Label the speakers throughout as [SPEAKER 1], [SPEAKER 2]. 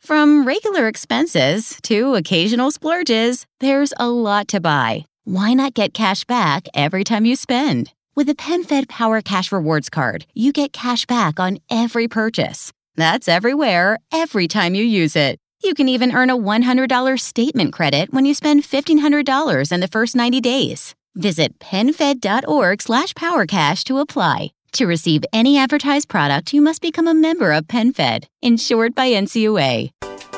[SPEAKER 1] From regular expenses to occasional splurges, there's a lot to buy. Why not get cash back every time you spend? With the PenFed Power Cash Rewards Card, you get cash back on every purchase. That's everywhere, every time you use it. You can even earn a $100 statement credit when you spend $1,500 in the first 90 days. Visit E PenFed.org slash PowerCash to apply. To receive any advertised product, you must become a member of E PenFed, insured by NCUA.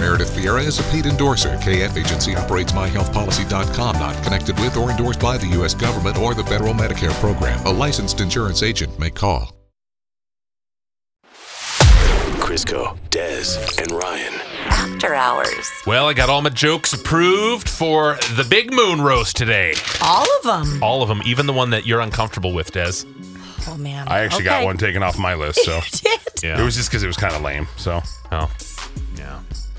[SPEAKER 2] Meredith Vieira is a paid endorser. KF Agency operates MyHealthPolicy.com, not connected with or endorsed by the U.S. government or the federal Medicare program. A licensed insurance agent may call.
[SPEAKER 3] Crisco, Dez, and Ryan.
[SPEAKER 4] After hours.
[SPEAKER 5] Well, I got all my jokes approved for the big moon roast today.
[SPEAKER 4] All of them.
[SPEAKER 5] All of them, even the one that you're uncomfortable with, Des.
[SPEAKER 4] Oh, man.
[SPEAKER 6] I actually got
[SPEAKER 4] Okay.
[SPEAKER 6] one taken off my list, so
[SPEAKER 4] You did?
[SPEAKER 5] Yeah.
[SPEAKER 6] it was just because it was kind of lame. So
[SPEAKER 5] Oh. Yeah.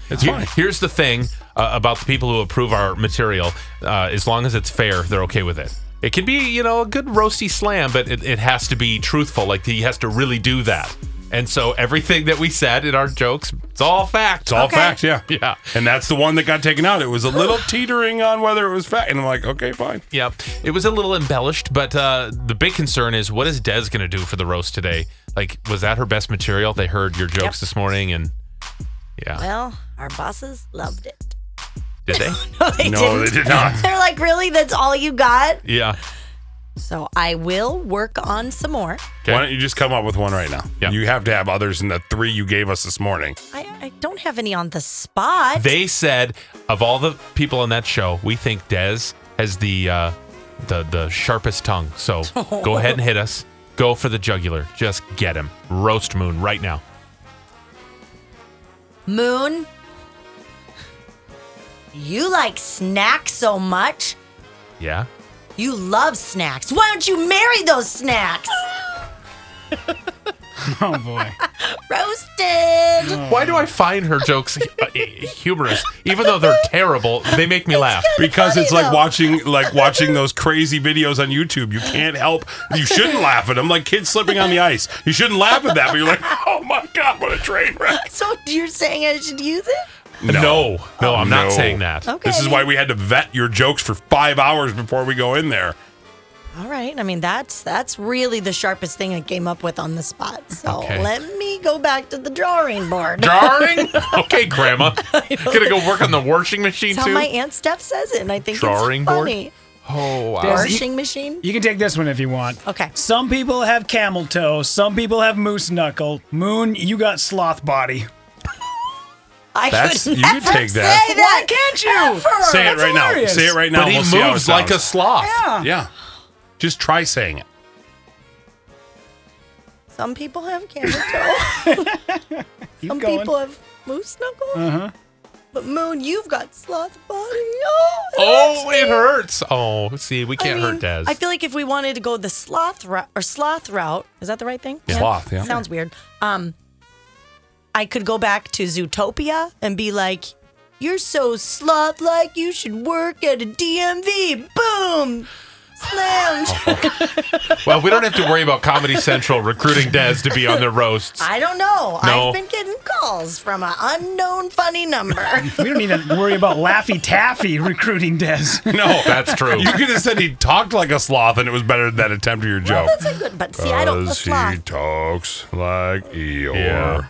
[SPEAKER 6] it's
[SPEAKER 5] Here-
[SPEAKER 6] fine.
[SPEAKER 5] here's the thing uh, about the people who approve our material. Uh, as long as it's fair, they're okay with it. It can be, you know, a good roasty slam, but it, it has to be truthful. Like he has to really do that. And so everything that we said in our jokes, it's all fact.
[SPEAKER 6] It's all facts, yeah,
[SPEAKER 5] Yeah.
[SPEAKER 6] And that's the one that got taken out. It was a little teetering on whether it was fat, and I'm like, okay, fine.
[SPEAKER 5] Yeah, it was a little embellished, but uh, the big concern is what is Des going to do for the roast today? Like, was that her best material? They heard your jokes this morning, and yeah,
[SPEAKER 4] Well, our bosses loved it.
[SPEAKER 5] did they?
[SPEAKER 4] No, they
[SPEAKER 6] no,
[SPEAKER 4] didn't.
[SPEAKER 6] they did not.
[SPEAKER 4] They're like, really? That's all you got?
[SPEAKER 5] Yeah,
[SPEAKER 4] So I will work on some more.
[SPEAKER 5] Okay.
[SPEAKER 6] Why don't you just come up with one right now?
[SPEAKER 5] Yeah.
[SPEAKER 6] You have to have others than the three you gave us this morning.
[SPEAKER 4] I, I don't have any on the spot.
[SPEAKER 5] they said of all the people on that show, we think Des has the uh, the the sharpest tongue. So go ahead and hit us. Go for the jugular. Just get him. Roast Moon right now.
[SPEAKER 4] Moon, you like snacks so much.
[SPEAKER 5] Yeah.
[SPEAKER 4] You love snacks. Why don't you marry those snacks?
[SPEAKER 7] Oh boy.
[SPEAKER 4] Roasted.
[SPEAKER 5] Why do I find her jokes uh, humorous, even though they're terrible? They make me laugh.
[SPEAKER 6] Because
[SPEAKER 4] funny,
[SPEAKER 6] it's like
[SPEAKER 4] though.
[SPEAKER 6] watching like watching those crazy videos on YouTube. You can't help. You shouldn't laugh at them. Like kids slipping on the ice. You shouldn't laugh at that. But you're like, oh my god, what a train wreck.
[SPEAKER 4] So you're saying I should use it?
[SPEAKER 5] No, no, I'm not
[SPEAKER 6] No.
[SPEAKER 5] saying that.
[SPEAKER 4] Okay.
[SPEAKER 6] This is why we had to vet your jokes for five hours before we go in there.
[SPEAKER 4] All right. I mean, that's that's really the sharpest thing I came up with on the spot. So
[SPEAKER 5] Okay.
[SPEAKER 4] let me go back to the drawing board.
[SPEAKER 5] Jarring? okay, Grandma. Gonna go work on the washing machine
[SPEAKER 4] That's how
[SPEAKER 5] too.
[SPEAKER 4] my aunt Steph says it, and I think
[SPEAKER 5] Drawing
[SPEAKER 4] it's
[SPEAKER 5] board?
[SPEAKER 4] funny.
[SPEAKER 5] oh wow.
[SPEAKER 7] Yes.
[SPEAKER 4] Washing machine.
[SPEAKER 7] You can take this one if you want.
[SPEAKER 4] Okay.
[SPEAKER 7] Some people have camel toe, some people have moose knuckle. Moon, you got sloth body.
[SPEAKER 4] I
[SPEAKER 6] That's-
[SPEAKER 4] could
[SPEAKER 6] you
[SPEAKER 4] never
[SPEAKER 6] could take
[SPEAKER 4] say
[SPEAKER 6] that.
[SPEAKER 4] that. Why can't you?
[SPEAKER 6] Say it right
[SPEAKER 7] hilarious.
[SPEAKER 6] now. Say it right now.
[SPEAKER 5] But he
[SPEAKER 6] we'll see how it
[SPEAKER 5] moves like a
[SPEAKER 6] sounds.
[SPEAKER 5] sloth.
[SPEAKER 7] Yeah.
[SPEAKER 6] Yeah. Just try saying it.
[SPEAKER 4] Some people have camel toe.
[SPEAKER 7] Keep
[SPEAKER 4] Some
[SPEAKER 7] going.
[SPEAKER 4] people have moose knuckle. Uh-huh. But Moon, you've got sloth body. Oh, it
[SPEAKER 5] Oh,
[SPEAKER 4] hurts.
[SPEAKER 5] it hurts. Oh, see, we
[SPEAKER 4] I
[SPEAKER 5] can't
[SPEAKER 4] mean,
[SPEAKER 5] hurt Daz.
[SPEAKER 4] I feel like if we wanted to go the sloth route or sloth route, is that the right thing?
[SPEAKER 6] Yeah. Sloth, yeah.
[SPEAKER 4] Sounds weird. Um, I could go back to Zootopia and be like, "You're so sloth like. You should work at a DMV." Boom. Slammed.
[SPEAKER 5] well, we don't have to worry about Comedy Central recruiting Daz to be on their roasts.
[SPEAKER 4] I don't know.
[SPEAKER 5] No.
[SPEAKER 4] I've been getting calls from an unknown funny number.
[SPEAKER 7] We don't need to worry about Laffy Taffy recruiting Des.
[SPEAKER 6] No,
[SPEAKER 5] That's true.
[SPEAKER 6] You could have said he talked like a sloth, and it was better than that attempt at your joke.
[SPEAKER 4] That's a good, but see, I don't the
[SPEAKER 6] Because he
[SPEAKER 4] sloth.
[SPEAKER 6] talks like Eeyore.
[SPEAKER 5] Yeah.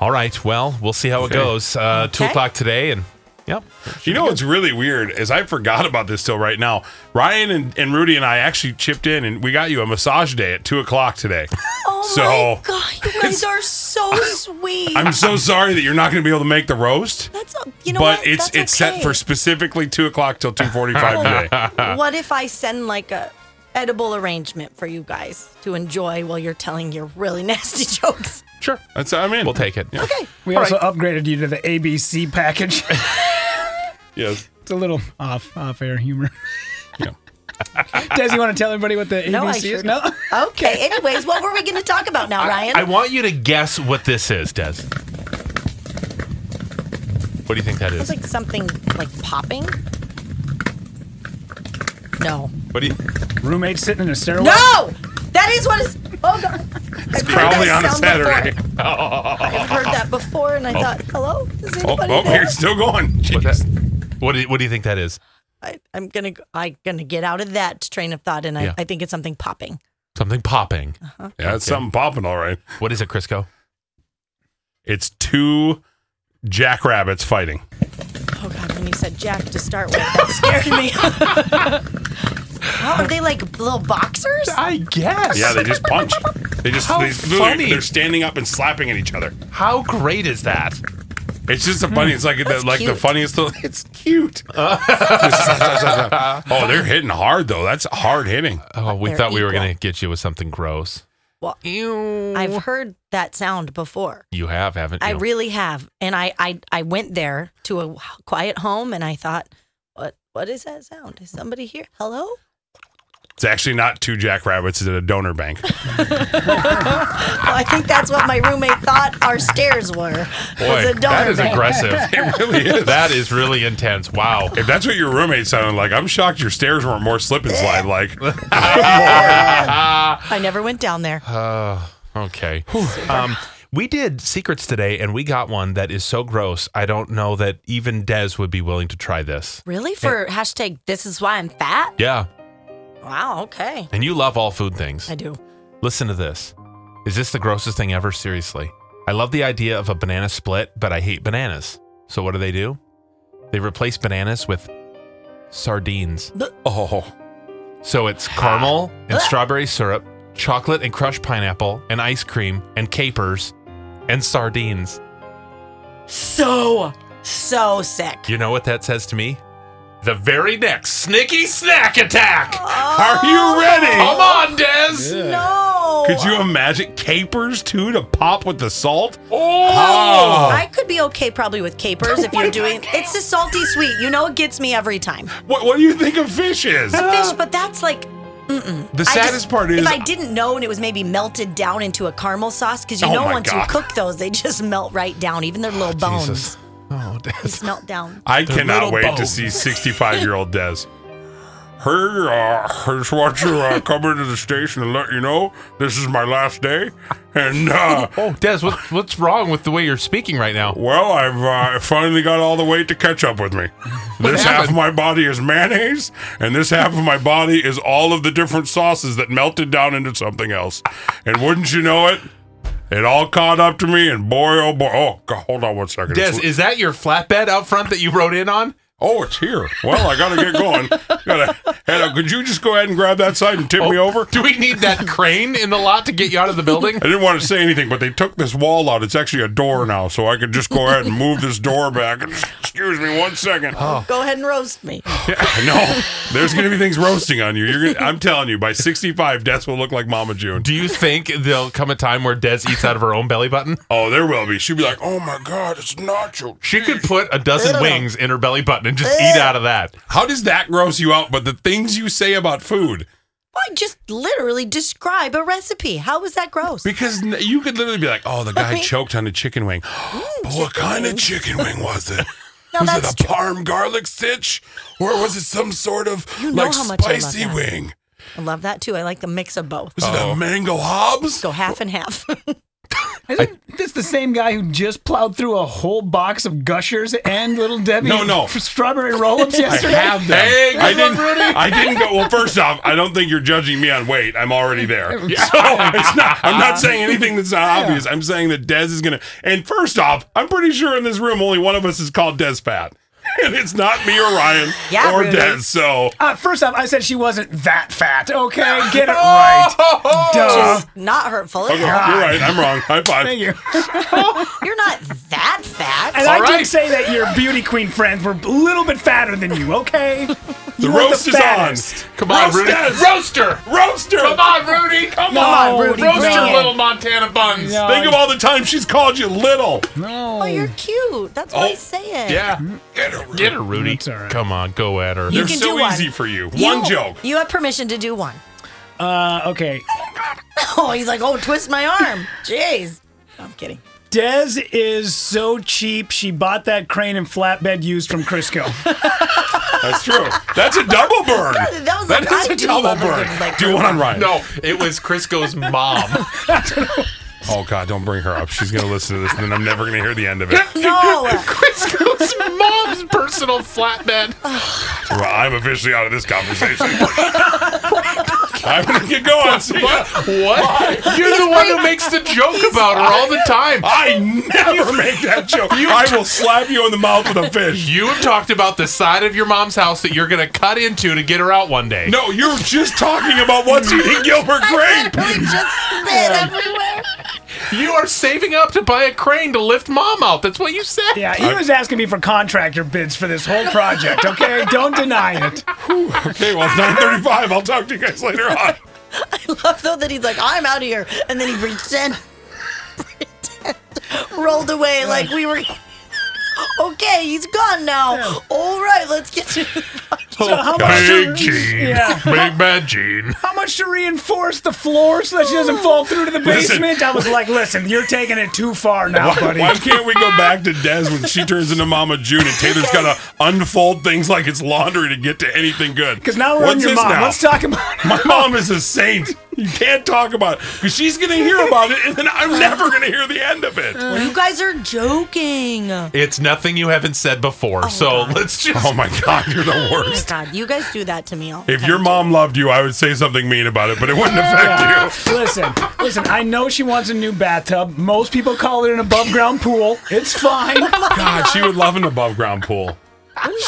[SPEAKER 5] All right. Well, we'll see how it goes. Uh, Two
[SPEAKER 4] Okay.
[SPEAKER 5] o'clock today, and Yep.
[SPEAKER 6] You know what's really weird is I forgot about this till right now. Ryan and, and Rudy and I actually chipped in and we got you a massage day at two o'clock today.
[SPEAKER 4] Oh
[SPEAKER 6] so
[SPEAKER 4] my god, you guys are so sweet.
[SPEAKER 6] I'm so sorry that you're not going to be able to make the roast.
[SPEAKER 4] That's a, you know
[SPEAKER 6] but
[SPEAKER 4] what?
[SPEAKER 6] it's
[SPEAKER 4] That's
[SPEAKER 6] it's
[SPEAKER 4] okay.
[SPEAKER 6] set for specifically two o'clock till two forty-five today.
[SPEAKER 4] What if I send like a edible arrangement for you guys to enjoy while you're telling your really nasty jokes?
[SPEAKER 5] Sure.
[SPEAKER 6] That's I'm in. We'll
[SPEAKER 5] take it.
[SPEAKER 4] Okay.
[SPEAKER 7] We also upgraded you to the ABC package.
[SPEAKER 6] Yes.
[SPEAKER 7] it's a little off off air humor. Des, you want to tell everybody what the ABC
[SPEAKER 4] No, I
[SPEAKER 7] is?
[SPEAKER 4] sure
[SPEAKER 7] No.
[SPEAKER 4] Okay. Anyways, what were we going to talk about now, Ryan?
[SPEAKER 5] I want you to guess what this is, Des. What do you think that
[SPEAKER 4] it's
[SPEAKER 5] is?
[SPEAKER 4] like something like popping. No.
[SPEAKER 5] What do you?
[SPEAKER 7] Roommate sitting in a stairwell.
[SPEAKER 4] No! That is what is. Oh god. It's
[SPEAKER 6] Probably on a Saturday.
[SPEAKER 4] I've heard that before, and I
[SPEAKER 5] Oh.
[SPEAKER 4] thought, hello, is
[SPEAKER 6] Oh,
[SPEAKER 4] anybody
[SPEAKER 6] oh
[SPEAKER 4] there?
[SPEAKER 6] you're still going.
[SPEAKER 5] What, that, what, do you, what do you think that is?
[SPEAKER 4] I, I'm gonna go- I gonna get out of that train of thought, and I,
[SPEAKER 5] Yeah.
[SPEAKER 4] I think it's something popping. Uh-huh.
[SPEAKER 5] Something popping.
[SPEAKER 6] Yeah, it's something popping, all right.
[SPEAKER 5] What is it, Crisco?
[SPEAKER 6] It's two jackrabbits fighting.
[SPEAKER 4] Oh god, when you said Jack to start with, that scared me. Wow, are they like little boxers?
[SPEAKER 5] I guess.
[SPEAKER 6] Yeah, they just punch. They just
[SPEAKER 5] How
[SPEAKER 6] they,
[SPEAKER 5] funny.
[SPEAKER 6] They're standing up and slapping at each other.
[SPEAKER 5] How great is that?
[SPEAKER 6] It's just the funny. It's like the,
[SPEAKER 4] Hmm. That's
[SPEAKER 6] like the
[SPEAKER 4] cute.
[SPEAKER 6] funniest. Little, it's cute. oh, they're hitting hard though. That's hard hitting.
[SPEAKER 5] Oh, we
[SPEAKER 4] They're
[SPEAKER 5] thought we were
[SPEAKER 4] equal.
[SPEAKER 5] going to get you with something gross.
[SPEAKER 4] Well, I've heard that sound before.
[SPEAKER 5] You have, haven't you?
[SPEAKER 4] I really have, and I, I I went there to a quiet home, and I thought, what what is that sound? Is somebody here? Hello?
[SPEAKER 6] It's actually not two jackrabbits. It's at a donor bank.
[SPEAKER 4] Well, I think that's what my roommate thought our stairs were. was
[SPEAKER 5] Boy,
[SPEAKER 4] a
[SPEAKER 5] that
[SPEAKER 4] donor
[SPEAKER 5] is
[SPEAKER 4] bank.
[SPEAKER 5] aggressive.
[SPEAKER 6] It really is.
[SPEAKER 5] that is really intense. Wow.
[SPEAKER 6] If that's what your roommate sounded like, I'm shocked your stairs weren't more slip and slide like.
[SPEAKER 4] I never went down there.
[SPEAKER 5] Uh, okay. Um, we did secrets today, and we got one that is so gross. I don't know that even Des would be willing to try this.
[SPEAKER 4] Really? For hashtag this is why I'm fat?
[SPEAKER 5] Yeah,
[SPEAKER 4] Wow, okay.
[SPEAKER 5] and you love all food things.
[SPEAKER 4] I do.
[SPEAKER 5] Listen to this. Is this the grossest thing ever? Seriously. I love the idea of a banana split, but I hate bananas. So what do they do? They replace bananas with sardines.
[SPEAKER 6] oh,
[SPEAKER 5] So it's caramel and strawberry syrup, chocolate and crushed pineapple, and ice cream and capers and sardines.
[SPEAKER 4] So, so sick.
[SPEAKER 5] You know what that says to me? The very next snicky snack attack. Are
[SPEAKER 4] Oh.
[SPEAKER 5] you ready? Come on, Des.
[SPEAKER 4] No.
[SPEAKER 6] could you imagine capers too to pop with the salt?
[SPEAKER 4] Oh,
[SPEAKER 6] Oh.
[SPEAKER 4] I could be okay probably with capers if you're doing. It's the salty sweet. You know, it gets me every time.
[SPEAKER 6] What, what do you think a fish is?
[SPEAKER 4] The fish, but that's like
[SPEAKER 6] The
[SPEAKER 4] I
[SPEAKER 6] saddest
[SPEAKER 4] just-
[SPEAKER 6] part is
[SPEAKER 4] if I didn't know and it was maybe melted down into a caramel sauce because you
[SPEAKER 6] Oh
[SPEAKER 4] know
[SPEAKER 6] my
[SPEAKER 4] once
[SPEAKER 6] God.
[SPEAKER 4] you cook those they just melt right down, even their little bones
[SPEAKER 5] Jesus. Oh,
[SPEAKER 4] they
[SPEAKER 5] Des.
[SPEAKER 4] smelt down.
[SPEAKER 6] I
[SPEAKER 5] Their
[SPEAKER 6] cannot
[SPEAKER 5] little
[SPEAKER 6] wait to
[SPEAKER 5] bones.
[SPEAKER 6] see 65 year old Des. Hey, uh, I just want to uh, come into the station and let you know this is my last day. And, uh,
[SPEAKER 5] Oh, Des, what, what's wrong with the way you're speaking right now?
[SPEAKER 6] well, I've uh, finally got all the weight to catch up with me. This half of
[SPEAKER 5] happened?
[SPEAKER 6] my body is mayonnaise, and this half of my body is all of the different sauces that melted down into something else. And wouldn't you know it? It all caught up to me, and boy, oh boy. Oh, God, hold on one second.
[SPEAKER 5] Des,
[SPEAKER 6] It's-
[SPEAKER 5] is that your flatbed out front that you rode in on?
[SPEAKER 6] Oh, it's here. Well, I gotta get going. gotta, Hannah, could you just go ahead and grab that side and tip me over?
[SPEAKER 5] Do we need that crane in the lot to get you out of the building?
[SPEAKER 6] I didn't want to say anything, but they took this wall out. It's actually a door now, so I could just go ahead and move this door back. Excuse me, one second.
[SPEAKER 4] Oh. Go ahead and roast me.
[SPEAKER 6] No, there's gonna be things roasting on you. You're gonna, I'm telling you, by 65, deaths will look like Mama June.
[SPEAKER 5] Do you think there'll come a time where Des eats out of her own belly button?
[SPEAKER 6] Oh, there will be. She'd be like, "Oh my God, it's nacho."
[SPEAKER 5] She could put a dozen wings in her belly button and just eat out of that.
[SPEAKER 6] How does that gross you out? But the things you say about food.
[SPEAKER 4] Why just literally describe a recipe? How was that gross?
[SPEAKER 6] Because n- you could literally be like, "Oh, the guy choked on a chicken wing." but
[SPEAKER 4] Mm,
[SPEAKER 6] what
[SPEAKER 4] chicken
[SPEAKER 6] kind of
[SPEAKER 4] wing.
[SPEAKER 6] chicken wing was it?
[SPEAKER 4] Now
[SPEAKER 6] was
[SPEAKER 4] that's
[SPEAKER 6] it a parm garlic stitch, or was it some sort of
[SPEAKER 4] You know
[SPEAKER 6] like
[SPEAKER 4] how much I love
[SPEAKER 6] spicy
[SPEAKER 4] that.
[SPEAKER 6] wing?
[SPEAKER 4] I love that too. I like the mix of both.
[SPEAKER 6] Was it a mango Hobbs?
[SPEAKER 4] Go half and half.
[SPEAKER 7] Isn't this the same guy who just plowed through a whole box of Gushers and Little Debbie
[SPEAKER 6] No, no.
[SPEAKER 7] strawberry roll-ups yesterday?
[SPEAKER 6] Hey, I
[SPEAKER 7] Come on,
[SPEAKER 6] didn't.
[SPEAKER 7] Rudy.
[SPEAKER 6] I didn't go. Well, first off, I don't think you're judging me on weight. I'm already there. So it's not. I'm not saying anything that's not obvious. I'm saying that Dez is gonna. And first off, I'm pretty sure in this room only one of us is called Dez Pat. and it's not me or Ryan
[SPEAKER 5] Yeah,
[SPEAKER 6] or
[SPEAKER 5] Rudy.
[SPEAKER 6] Des. So
[SPEAKER 5] Uh, first off, I said she wasn't that fat. Okay, get it right. Duh.
[SPEAKER 1] Which is not hurtful. at
[SPEAKER 6] Okay, you're
[SPEAKER 1] all.
[SPEAKER 6] right. I'm wrong. High five.
[SPEAKER 5] Thank you.
[SPEAKER 1] You're not that fat.
[SPEAKER 5] And I did say that your beauty queen friends were a little bit fatter than you. Okay.
[SPEAKER 6] The
[SPEAKER 5] You weren't
[SPEAKER 6] roast is
[SPEAKER 5] fattest.
[SPEAKER 6] on.
[SPEAKER 2] Come on,
[SPEAKER 6] roast
[SPEAKER 2] Rudy.
[SPEAKER 6] Des.
[SPEAKER 2] Roaster.
[SPEAKER 6] Roaster.
[SPEAKER 2] Come on, Rudy. Come
[SPEAKER 6] No,
[SPEAKER 2] on.
[SPEAKER 6] Rudy,
[SPEAKER 2] Roast your
[SPEAKER 6] bring it.
[SPEAKER 2] little Montana buns.
[SPEAKER 6] No. Think of all the times she's called you little.
[SPEAKER 5] No.
[SPEAKER 1] Oh, you're cute. That's why I say it.
[SPEAKER 2] Yeah. Get her, Rudy. Come on, go at her.
[SPEAKER 1] You can do one.
[SPEAKER 6] One joke.
[SPEAKER 1] You have permission to do one.
[SPEAKER 5] Uh, okay.
[SPEAKER 1] Oh, he's like, oh, twist my arm. Jeez. No, I'm kidding.
[SPEAKER 5] Dez is so cheap. She bought that crane and flatbed used from Crisco.
[SPEAKER 6] That's true. That's a double burn.
[SPEAKER 1] That was like,
[SPEAKER 6] That is
[SPEAKER 1] I
[SPEAKER 6] a
[SPEAKER 1] do
[SPEAKER 6] double
[SPEAKER 1] love a
[SPEAKER 6] burn.
[SPEAKER 1] good, like,
[SPEAKER 6] Do one on Ryan.
[SPEAKER 2] No, it was Crisco's mom.
[SPEAKER 6] Oh God, don't bring her up. She's gonna listen to this, and then I'm never gonna hear the end of it.
[SPEAKER 1] No.
[SPEAKER 2] Crisco's mom's personal flatbed.
[SPEAKER 6] Well, I'm officially out of this conversation. I'm gonna get going. See ya.
[SPEAKER 2] What? You're the one who makes the joke about her all the time.
[SPEAKER 6] I never make that joke. I will slap you in the mouth with a fish.
[SPEAKER 2] You have talked about the side of your mom's house that you're going to cut into to get her out one day.
[SPEAKER 6] No, you're just talking about what's eating Gilbert Grape.
[SPEAKER 1] Literally just spit everywhere.
[SPEAKER 2] You are saving up to buy a crane to lift mom out. That's what you said.
[SPEAKER 5] Yeah, he was asking me for contractor bids for this whole project. Okay, don't deny it.
[SPEAKER 6] Okay, well it's 9:35. I'll talk to you guys later on.
[SPEAKER 1] I love though that he's like, I'm out of here, and then he pretend, pretend rolled away like we were. Okay, he's gone now. All right, let's get to.
[SPEAKER 5] So how much?
[SPEAKER 6] Big
[SPEAKER 5] To,
[SPEAKER 6] Gene,
[SPEAKER 5] yeah.
[SPEAKER 6] Big Bad Gene.
[SPEAKER 5] How much to reinforce the floor so that she doesn't fall through to the
[SPEAKER 6] Listen.
[SPEAKER 5] basement? I was like, listen, you're taking it too far now,
[SPEAKER 6] Why,
[SPEAKER 5] buddy.
[SPEAKER 6] why can't we go back to Des when she turns into Mama June and Taylor's gotta unfold things like it's laundry to get to anything good?
[SPEAKER 5] Because now we're on
[SPEAKER 6] What's
[SPEAKER 5] your
[SPEAKER 6] this
[SPEAKER 5] mom.
[SPEAKER 6] now?
[SPEAKER 5] Let's talk about
[SPEAKER 6] My mom is a saint. You can't talk about it because she's gonna hear about it, and then I'm never gonna hear the end of it.
[SPEAKER 1] You guys are joking. Oh
[SPEAKER 2] It's nothing you haven't said before. so let's just.
[SPEAKER 6] Oh my God, you're the
[SPEAKER 1] my
[SPEAKER 6] worst.
[SPEAKER 1] God, you guys do that to me all. the
[SPEAKER 6] If
[SPEAKER 1] time.
[SPEAKER 6] your mom loved you, I would say something mean about it, but it wouldn't affect you.
[SPEAKER 5] Listen, listen, I know she wants a new bathtub. Most people call it an above ground pool. It's fine.
[SPEAKER 6] God, she would love an above ground pool.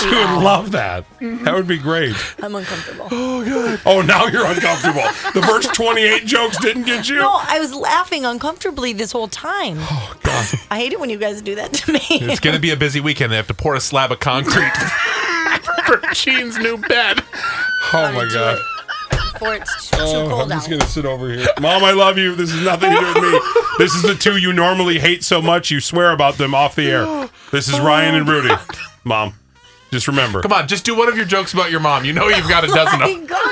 [SPEAKER 6] She would love that. That would be great.
[SPEAKER 1] Mm-hmm. I'm uncomfortable.
[SPEAKER 6] Oh, now you're uncomfortable. The first 28 jokes didn't get you.
[SPEAKER 1] No, I was laughing uncomfortably this whole time. Oh God! I hate it when you guys do that to me.
[SPEAKER 2] It's going to be a busy weekend. They have to pour a slab of concrete for Jean's new bed.
[SPEAKER 6] Oh my God.
[SPEAKER 1] Before it's too cold
[SPEAKER 6] I'm just
[SPEAKER 1] out.
[SPEAKER 6] gonna sit over here. Mom, I love you. This is nothing to do with me. This is the two you normally hate so much you swear about them off the air. This is Ryan and Rudy. Mom, just remember.
[SPEAKER 2] Come on, just do one of your jokes about your mom. You know you've got a dozen of
[SPEAKER 1] My God!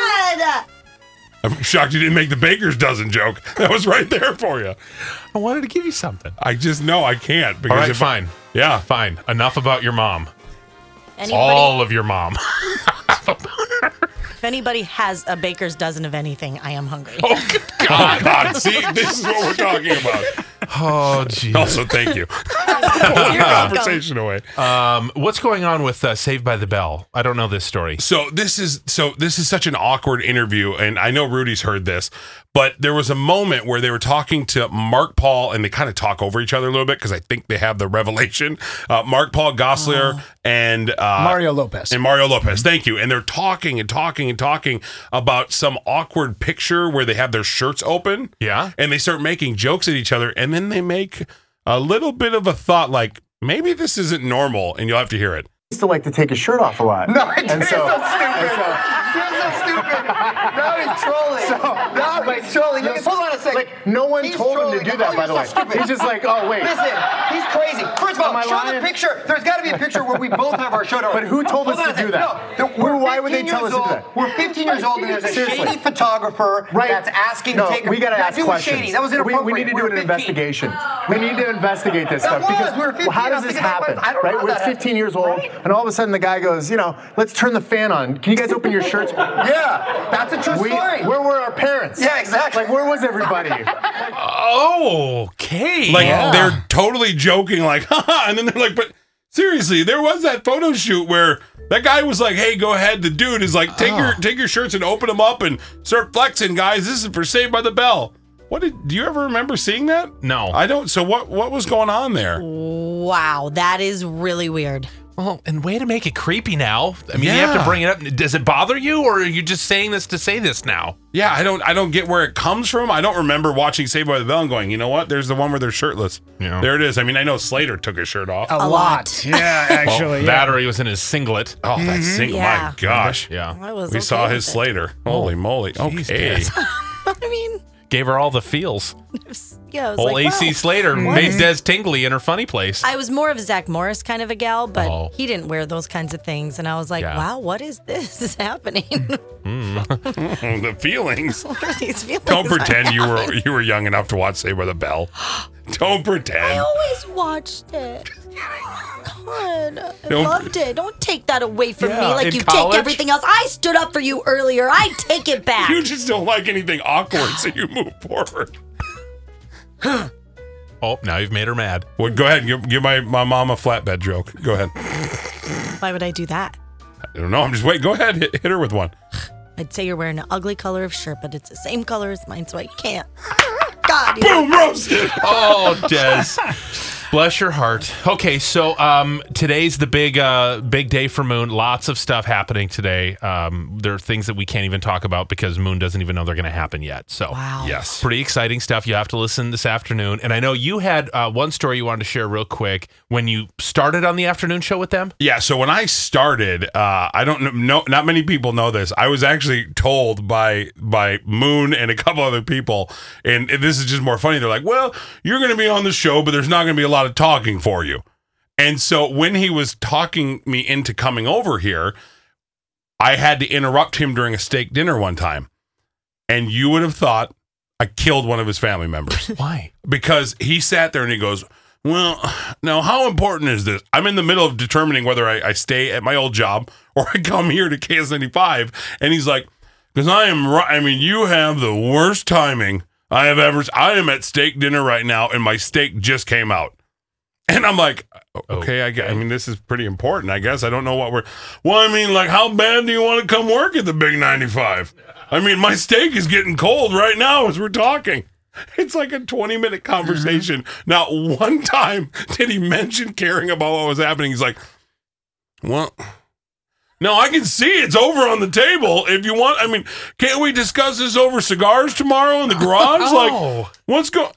[SPEAKER 6] I'm shocked you didn't make the baker's dozen joke. That was right there for you.
[SPEAKER 2] I wanted to give you something.
[SPEAKER 6] I just know I can't because
[SPEAKER 2] All right,
[SPEAKER 6] if I-
[SPEAKER 2] fine.
[SPEAKER 6] yeah.
[SPEAKER 2] Fine. Enough about your mom.
[SPEAKER 1] Anybody,
[SPEAKER 2] All of your mom.
[SPEAKER 1] if anybody has a baker's dozen of anything, I am hungry.
[SPEAKER 2] Oh, good
[SPEAKER 6] Oh God! See, this is what we're talking about.
[SPEAKER 2] Oh, gee.
[SPEAKER 6] Also, thank you.
[SPEAKER 1] You're welcome.
[SPEAKER 6] Conversation away.
[SPEAKER 2] Um, what's going on with uh, Saved by the Bell? I don't know this story.
[SPEAKER 6] So this is so this is such an awkward interview, and I know Rudy's heard this, but there was a moment where they were talking to Mark Paul, and they kind of talk over each other a little bit because I think they have the revelation. Uh, Mark Paul Gosselaar and uh,
[SPEAKER 5] Mario Lopez.
[SPEAKER 6] and Mario Lopez. Thank you. And they're talking and talking and talking about some awkward picture where they have their shirts open.
[SPEAKER 2] Yeah.
[SPEAKER 6] And they start making jokes at each other. And then they make a little bit of a thought like, maybe this isn't normal. And you'll have to hear it.
[SPEAKER 8] used to like to take his shirt off a lot. No, I didn't. So, You're so stupid. You're so stupid. Now he's trolling. So, now he's trolling. hold on a second. Like, no one told him to do that, by the way. He's just like, oh, wait. Listen, he's crazy. First of all, show the picture. There's got to be a picture where we both have our shirt on. But who told us to do that? No, who, why would they tell us to do that? We're 15 years old, and there's a shady photographer that's asking to take a
[SPEAKER 9] we gotta
[SPEAKER 8] That
[SPEAKER 9] ask
[SPEAKER 8] dude was
[SPEAKER 9] questions.
[SPEAKER 8] shady. That was
[SPEAKER 9] We- we
[SPEAKER 8] inappropriate.
[SPEAKER 9] need to do
[SPEAKER 8] We're
[SPEAKER 9] an
[SPEAKER 8] 15.
[SPEAKER 9] investigation. We need to investigate this
[SPEAKER 8] That
[SPEAKER 9] stuff because
[SPEAKER 8] was, we were 15,
[SPEAKER 9] how does
[SPEAKER 8] I'm
[SPEAKER 9] this
[SPEAKER 8] thinking that
[SPEAKER 9] happen?
[SPEAKER 8] was- I don't know
[SPEAKER 9] right,
[SPEAKER 8] how
[SPEAKER 9] we're
[SPEAKER 8] that
[SPEAKER 9] 15 years old, and all of a sudden the guy goes, you know, let's turn the fan on. Can you guys open your shirts? yeah,
[SPEAKER 8] That's a true
[SPEAKER 9] we,
[SPEAKER 8] story.
[SPEAKER 9] Where were our parents?
[SPEAKER 8] Yeah, exactly.
[SPEAKER 9] Like, where was everybody?
[SPEAKER 2] Okay.
[SPEAKER 6] Like they're totally joking, like, haha. And then they're like, but seriously, there was that photo shoot where that guy was like, hey, go ahead. The dude is like, take your take your shirts and open them up and start flexing, guys. This is for Saved by the Bell. What did do you ever remember seeing that?
[SPEAKER 2] No.
[SPEAKER 6] I don't. So what what was going on there?
[SPEAKER 1] Wow, that is really weird.
[SPEAKER 6] Well, and way to make it creepy now. I mean, you have to
[SPEAKER 5] Yeah.
[SPEAKER 6] bring it up. Does it bother you, or are you just saying this to say this now?
[SPEAKER 5] Yeah, I don't I don't get where it comes from. I don't remember watching Saved by the Bell and going, you know what? There's the one where they're shirtless. Yeah. There it is. I mean, I know Slater took his shirt
[SPEAKER 4] Oh.
[SPEAKER 5] off.
[SPEAKER 9] A lot. lot. Yeah, actually,
[SPEAKER 6] Well,
[SPEAKER 9] yeah.
[SPEAKER 6] Battery was in his singlet.
[SPEAKER 5] Oh, that
[SPEAKER 4] Mm-hmm.
[SPEAKER 5] single.
[SPEAKER 4] Yeah.
[SPEAKER 5] My gosh.
[SPEAKER 6] Yeah.
[SPEAKER 4] I was
[SPEAKER 5] we
[SPEAKER 4] okay
[SPEAKER 5] saw
[SPEAKER 4] with
[SPEAKER 5] his
[SPEAKER 4] it.
[SPEAKER 5] Slater. Holy moly. okay.
[SPEAKER 6] Dez.
[SPEAKER 4] I mean,
[SPEAKER 6] Gave her all the feels.
[SPEAKER 4] yeah. I was
[SPEAKER 6] Old
[SPEAKER 4] like,
[SPEAKER 6] AC
[SPEAKER 4] wow.
[SPEAKER 6] Slater
[SPEAKER 4] What?
[SPEAKER 6] made Des tingly in her funny place.
[SPEAKER 4] I was more of a Zach Morris kind of a gal, but
[SPEAKER 6] Oh.
[SPEAKER 4] he didn't wear those kinds of things. And I was like,
[SPEAKER 6] Yeah.
[SPEAKER 4] wow, what is this? This is happening.
[SPEAKER 5] Mm. the feelings.
[SPEAKER 4] what are these feelings?
[SPEAKER 5] Don't
[SPEAKER 4] I
[SPEAKER 5] pretend you
[SPEAKER 4] have?
[SPEAKER 5] were you were young enough to watch Saved by the Bell. Don't
[SPEAKER 4] I
[SPEAKER 5] pretend.
[SPEAKER 4] always watched it. God, I
[SPEAKER 5] Don't-
[SPEAKER 4] loved it. Don't take that away from me
[SPEAKER 5] Yeah,
[SPEAKER 4] like
[SPEAKER 5] in
[SPEAKER 4] you
[SPEAKER 5] college?
[SPEAKER 4] take everything else. I stood up for you earlier. I take it back.
[SPEAKER 5] You just don't like anything awkward, so you move forward.
[SPEAKER 6] Oh, now you've made her mad.
[SPEAKER 5] Well, go ahead and give, give my, my mom a flatbed joke. Go ahead.
[SPEAKER 4] Why would I do that?
[SPEAKER 5] I don't know. I'm just wait. Go ahead. Hit, hit her with one.
[SPEAKER 4] I'd say you're wearing an ugly color of shirt, but it's the same color as mine, so I can't. God, you-
[SPEAKER 5] Boom, roasted.
[SPEAKER 6] Oh, Des. Bless your heart. Okay, so um, today's the big uh, big day for Moon. Lots of stuff happening today. Um, there are things that we can't even talk about because Moon doesn't even know they're going to happen yet. So, yes, pretty exciting stuff. You have to listen this afternoon. And I know you had uh, one story you wanted to share real quick when you started on the afternoon show with them.
[SPEAKER 5] Yeah. So when I started, uh, I don't know. No, not many people know this. I was actually told by by Moon and a couple other people, and this is just more funny. They're like, "Well, you're going to be on the show, but there's not going to be a lot of talking for you." And so when he was talking me into coming over here, I had to interrupt him during a steak dinner one time, and you would have thought I killed one of his family members.
[SPEAKER 6] Why?
[SPEAKER 5] because he sat there and he goes, Well, now how important is this? I'm in the middle of determining whether I, I stay at my old job or I come here to KS95. And he's like, Because I am right. I mean, you have the worst timing I have ever. s- I am at steak dinner right now and my steak just came out. And I'm like, okay, I, gue- I mean, this is pretty important, I guess. I don't know what we're. Well, I mean, like, how bad do you want to come work at the Big 95? I mean, my steak is getting cold right now as we're talking. It's like a 20 minute conversation. Not one time did he mention caring about what was happening. He's like, well, no, I can see it's over on the table. If you want, I mean, can't we discuss this over cigars tomorrow in the garage?
[SPEAKER 6] Oh.
[SPEAKER 5] Like, what's going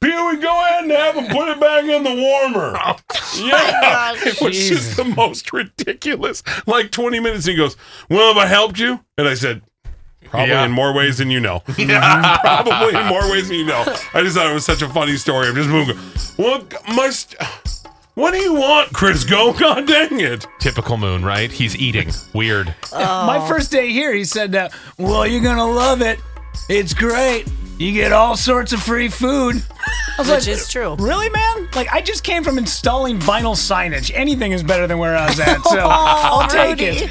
[SPEAKER 5] Pee-wee, go ahead and have him put it back in the warmer.
[SPEAKER 6] Oh,
[SPEAKER 5] yeah, it was just the most ridiculous. Like 20 minutes, he goes, "Well, have I helped you?" And I said, "Probably
[SPEAKER 6] Yeah.
[SPEAKER 5] in more ways than you know. Probably in more ways than you know." I just thought it was such a funny story. I'm just moving. Well, my, st- what do you want, Chris? Go, god dang it!
[SPEAKER 6] Typical Moon, right? He's eating. Weird.
[SPEAKER 9] My first day here, he said, uh, Well, you're going to love it. It's great. You get all sorts of free food. I was
[SPEAKER 4] Which is true.
[SPEAKER 9] Really, man? Like, I just came from installing vinyl signage. Anything is better than where I was at, so I'll take it.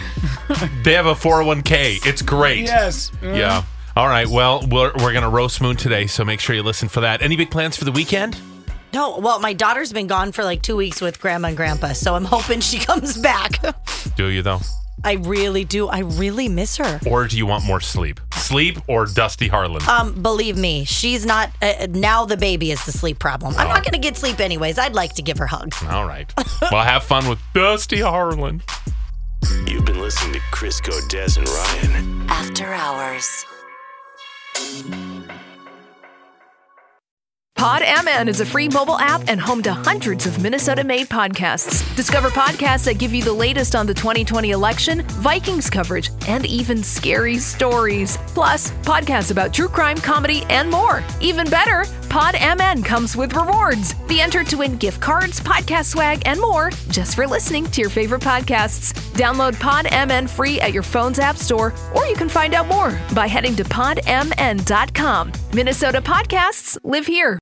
[SPEAKER 6] They have a 401k. It's great.
[SPEAKER 9] Yes.
[SPEAKER 6] Yeah. All right. Well, we're, we're going to roast Moon today, so make sure you listen for that. Any big plans for the weekend?
[SPEAKER 4] No, well, my daughter's been gone for like two weeks with grandma and grandpa, so I'm hoping she comes back.
[SPEAKER 6] Do you, though?
[SPEAKER 4] I really do. I really miss her.
[SPEAKER 6] Or do you want more sleep? Sleep or Dusty Harlan?
[SPEAKER 4] Um, believe me, she's not. Uh, now the baby is the sleep problem. I'm not gonna get sleep anyways. I'd like to give her hugs.
[SPEAKER 6] All right. Well, have fun with Dusty Harlan.
[SPEAKER 10] You've been listening to Crisco, Des, and Ryan.
[SPEAKER 1] After hours.
[SPEAKER 8] Pod MN is a free mobile app and home to hundreds of Minnesota made podcasts. Discover podcasts that give you the latest on the 2020 election, Vikings coverage, and even scary stories. Plus, podcasts about true crime, comedy, and more. Even better, Pod MN comes with rewards. Be entered to win gift cards, podcast swag, and more just for listening to your favorite podcasts. Download Pod MN free at your phone's app store, or you can find out more by heading to podmn.com. Minnesota podcasts live here.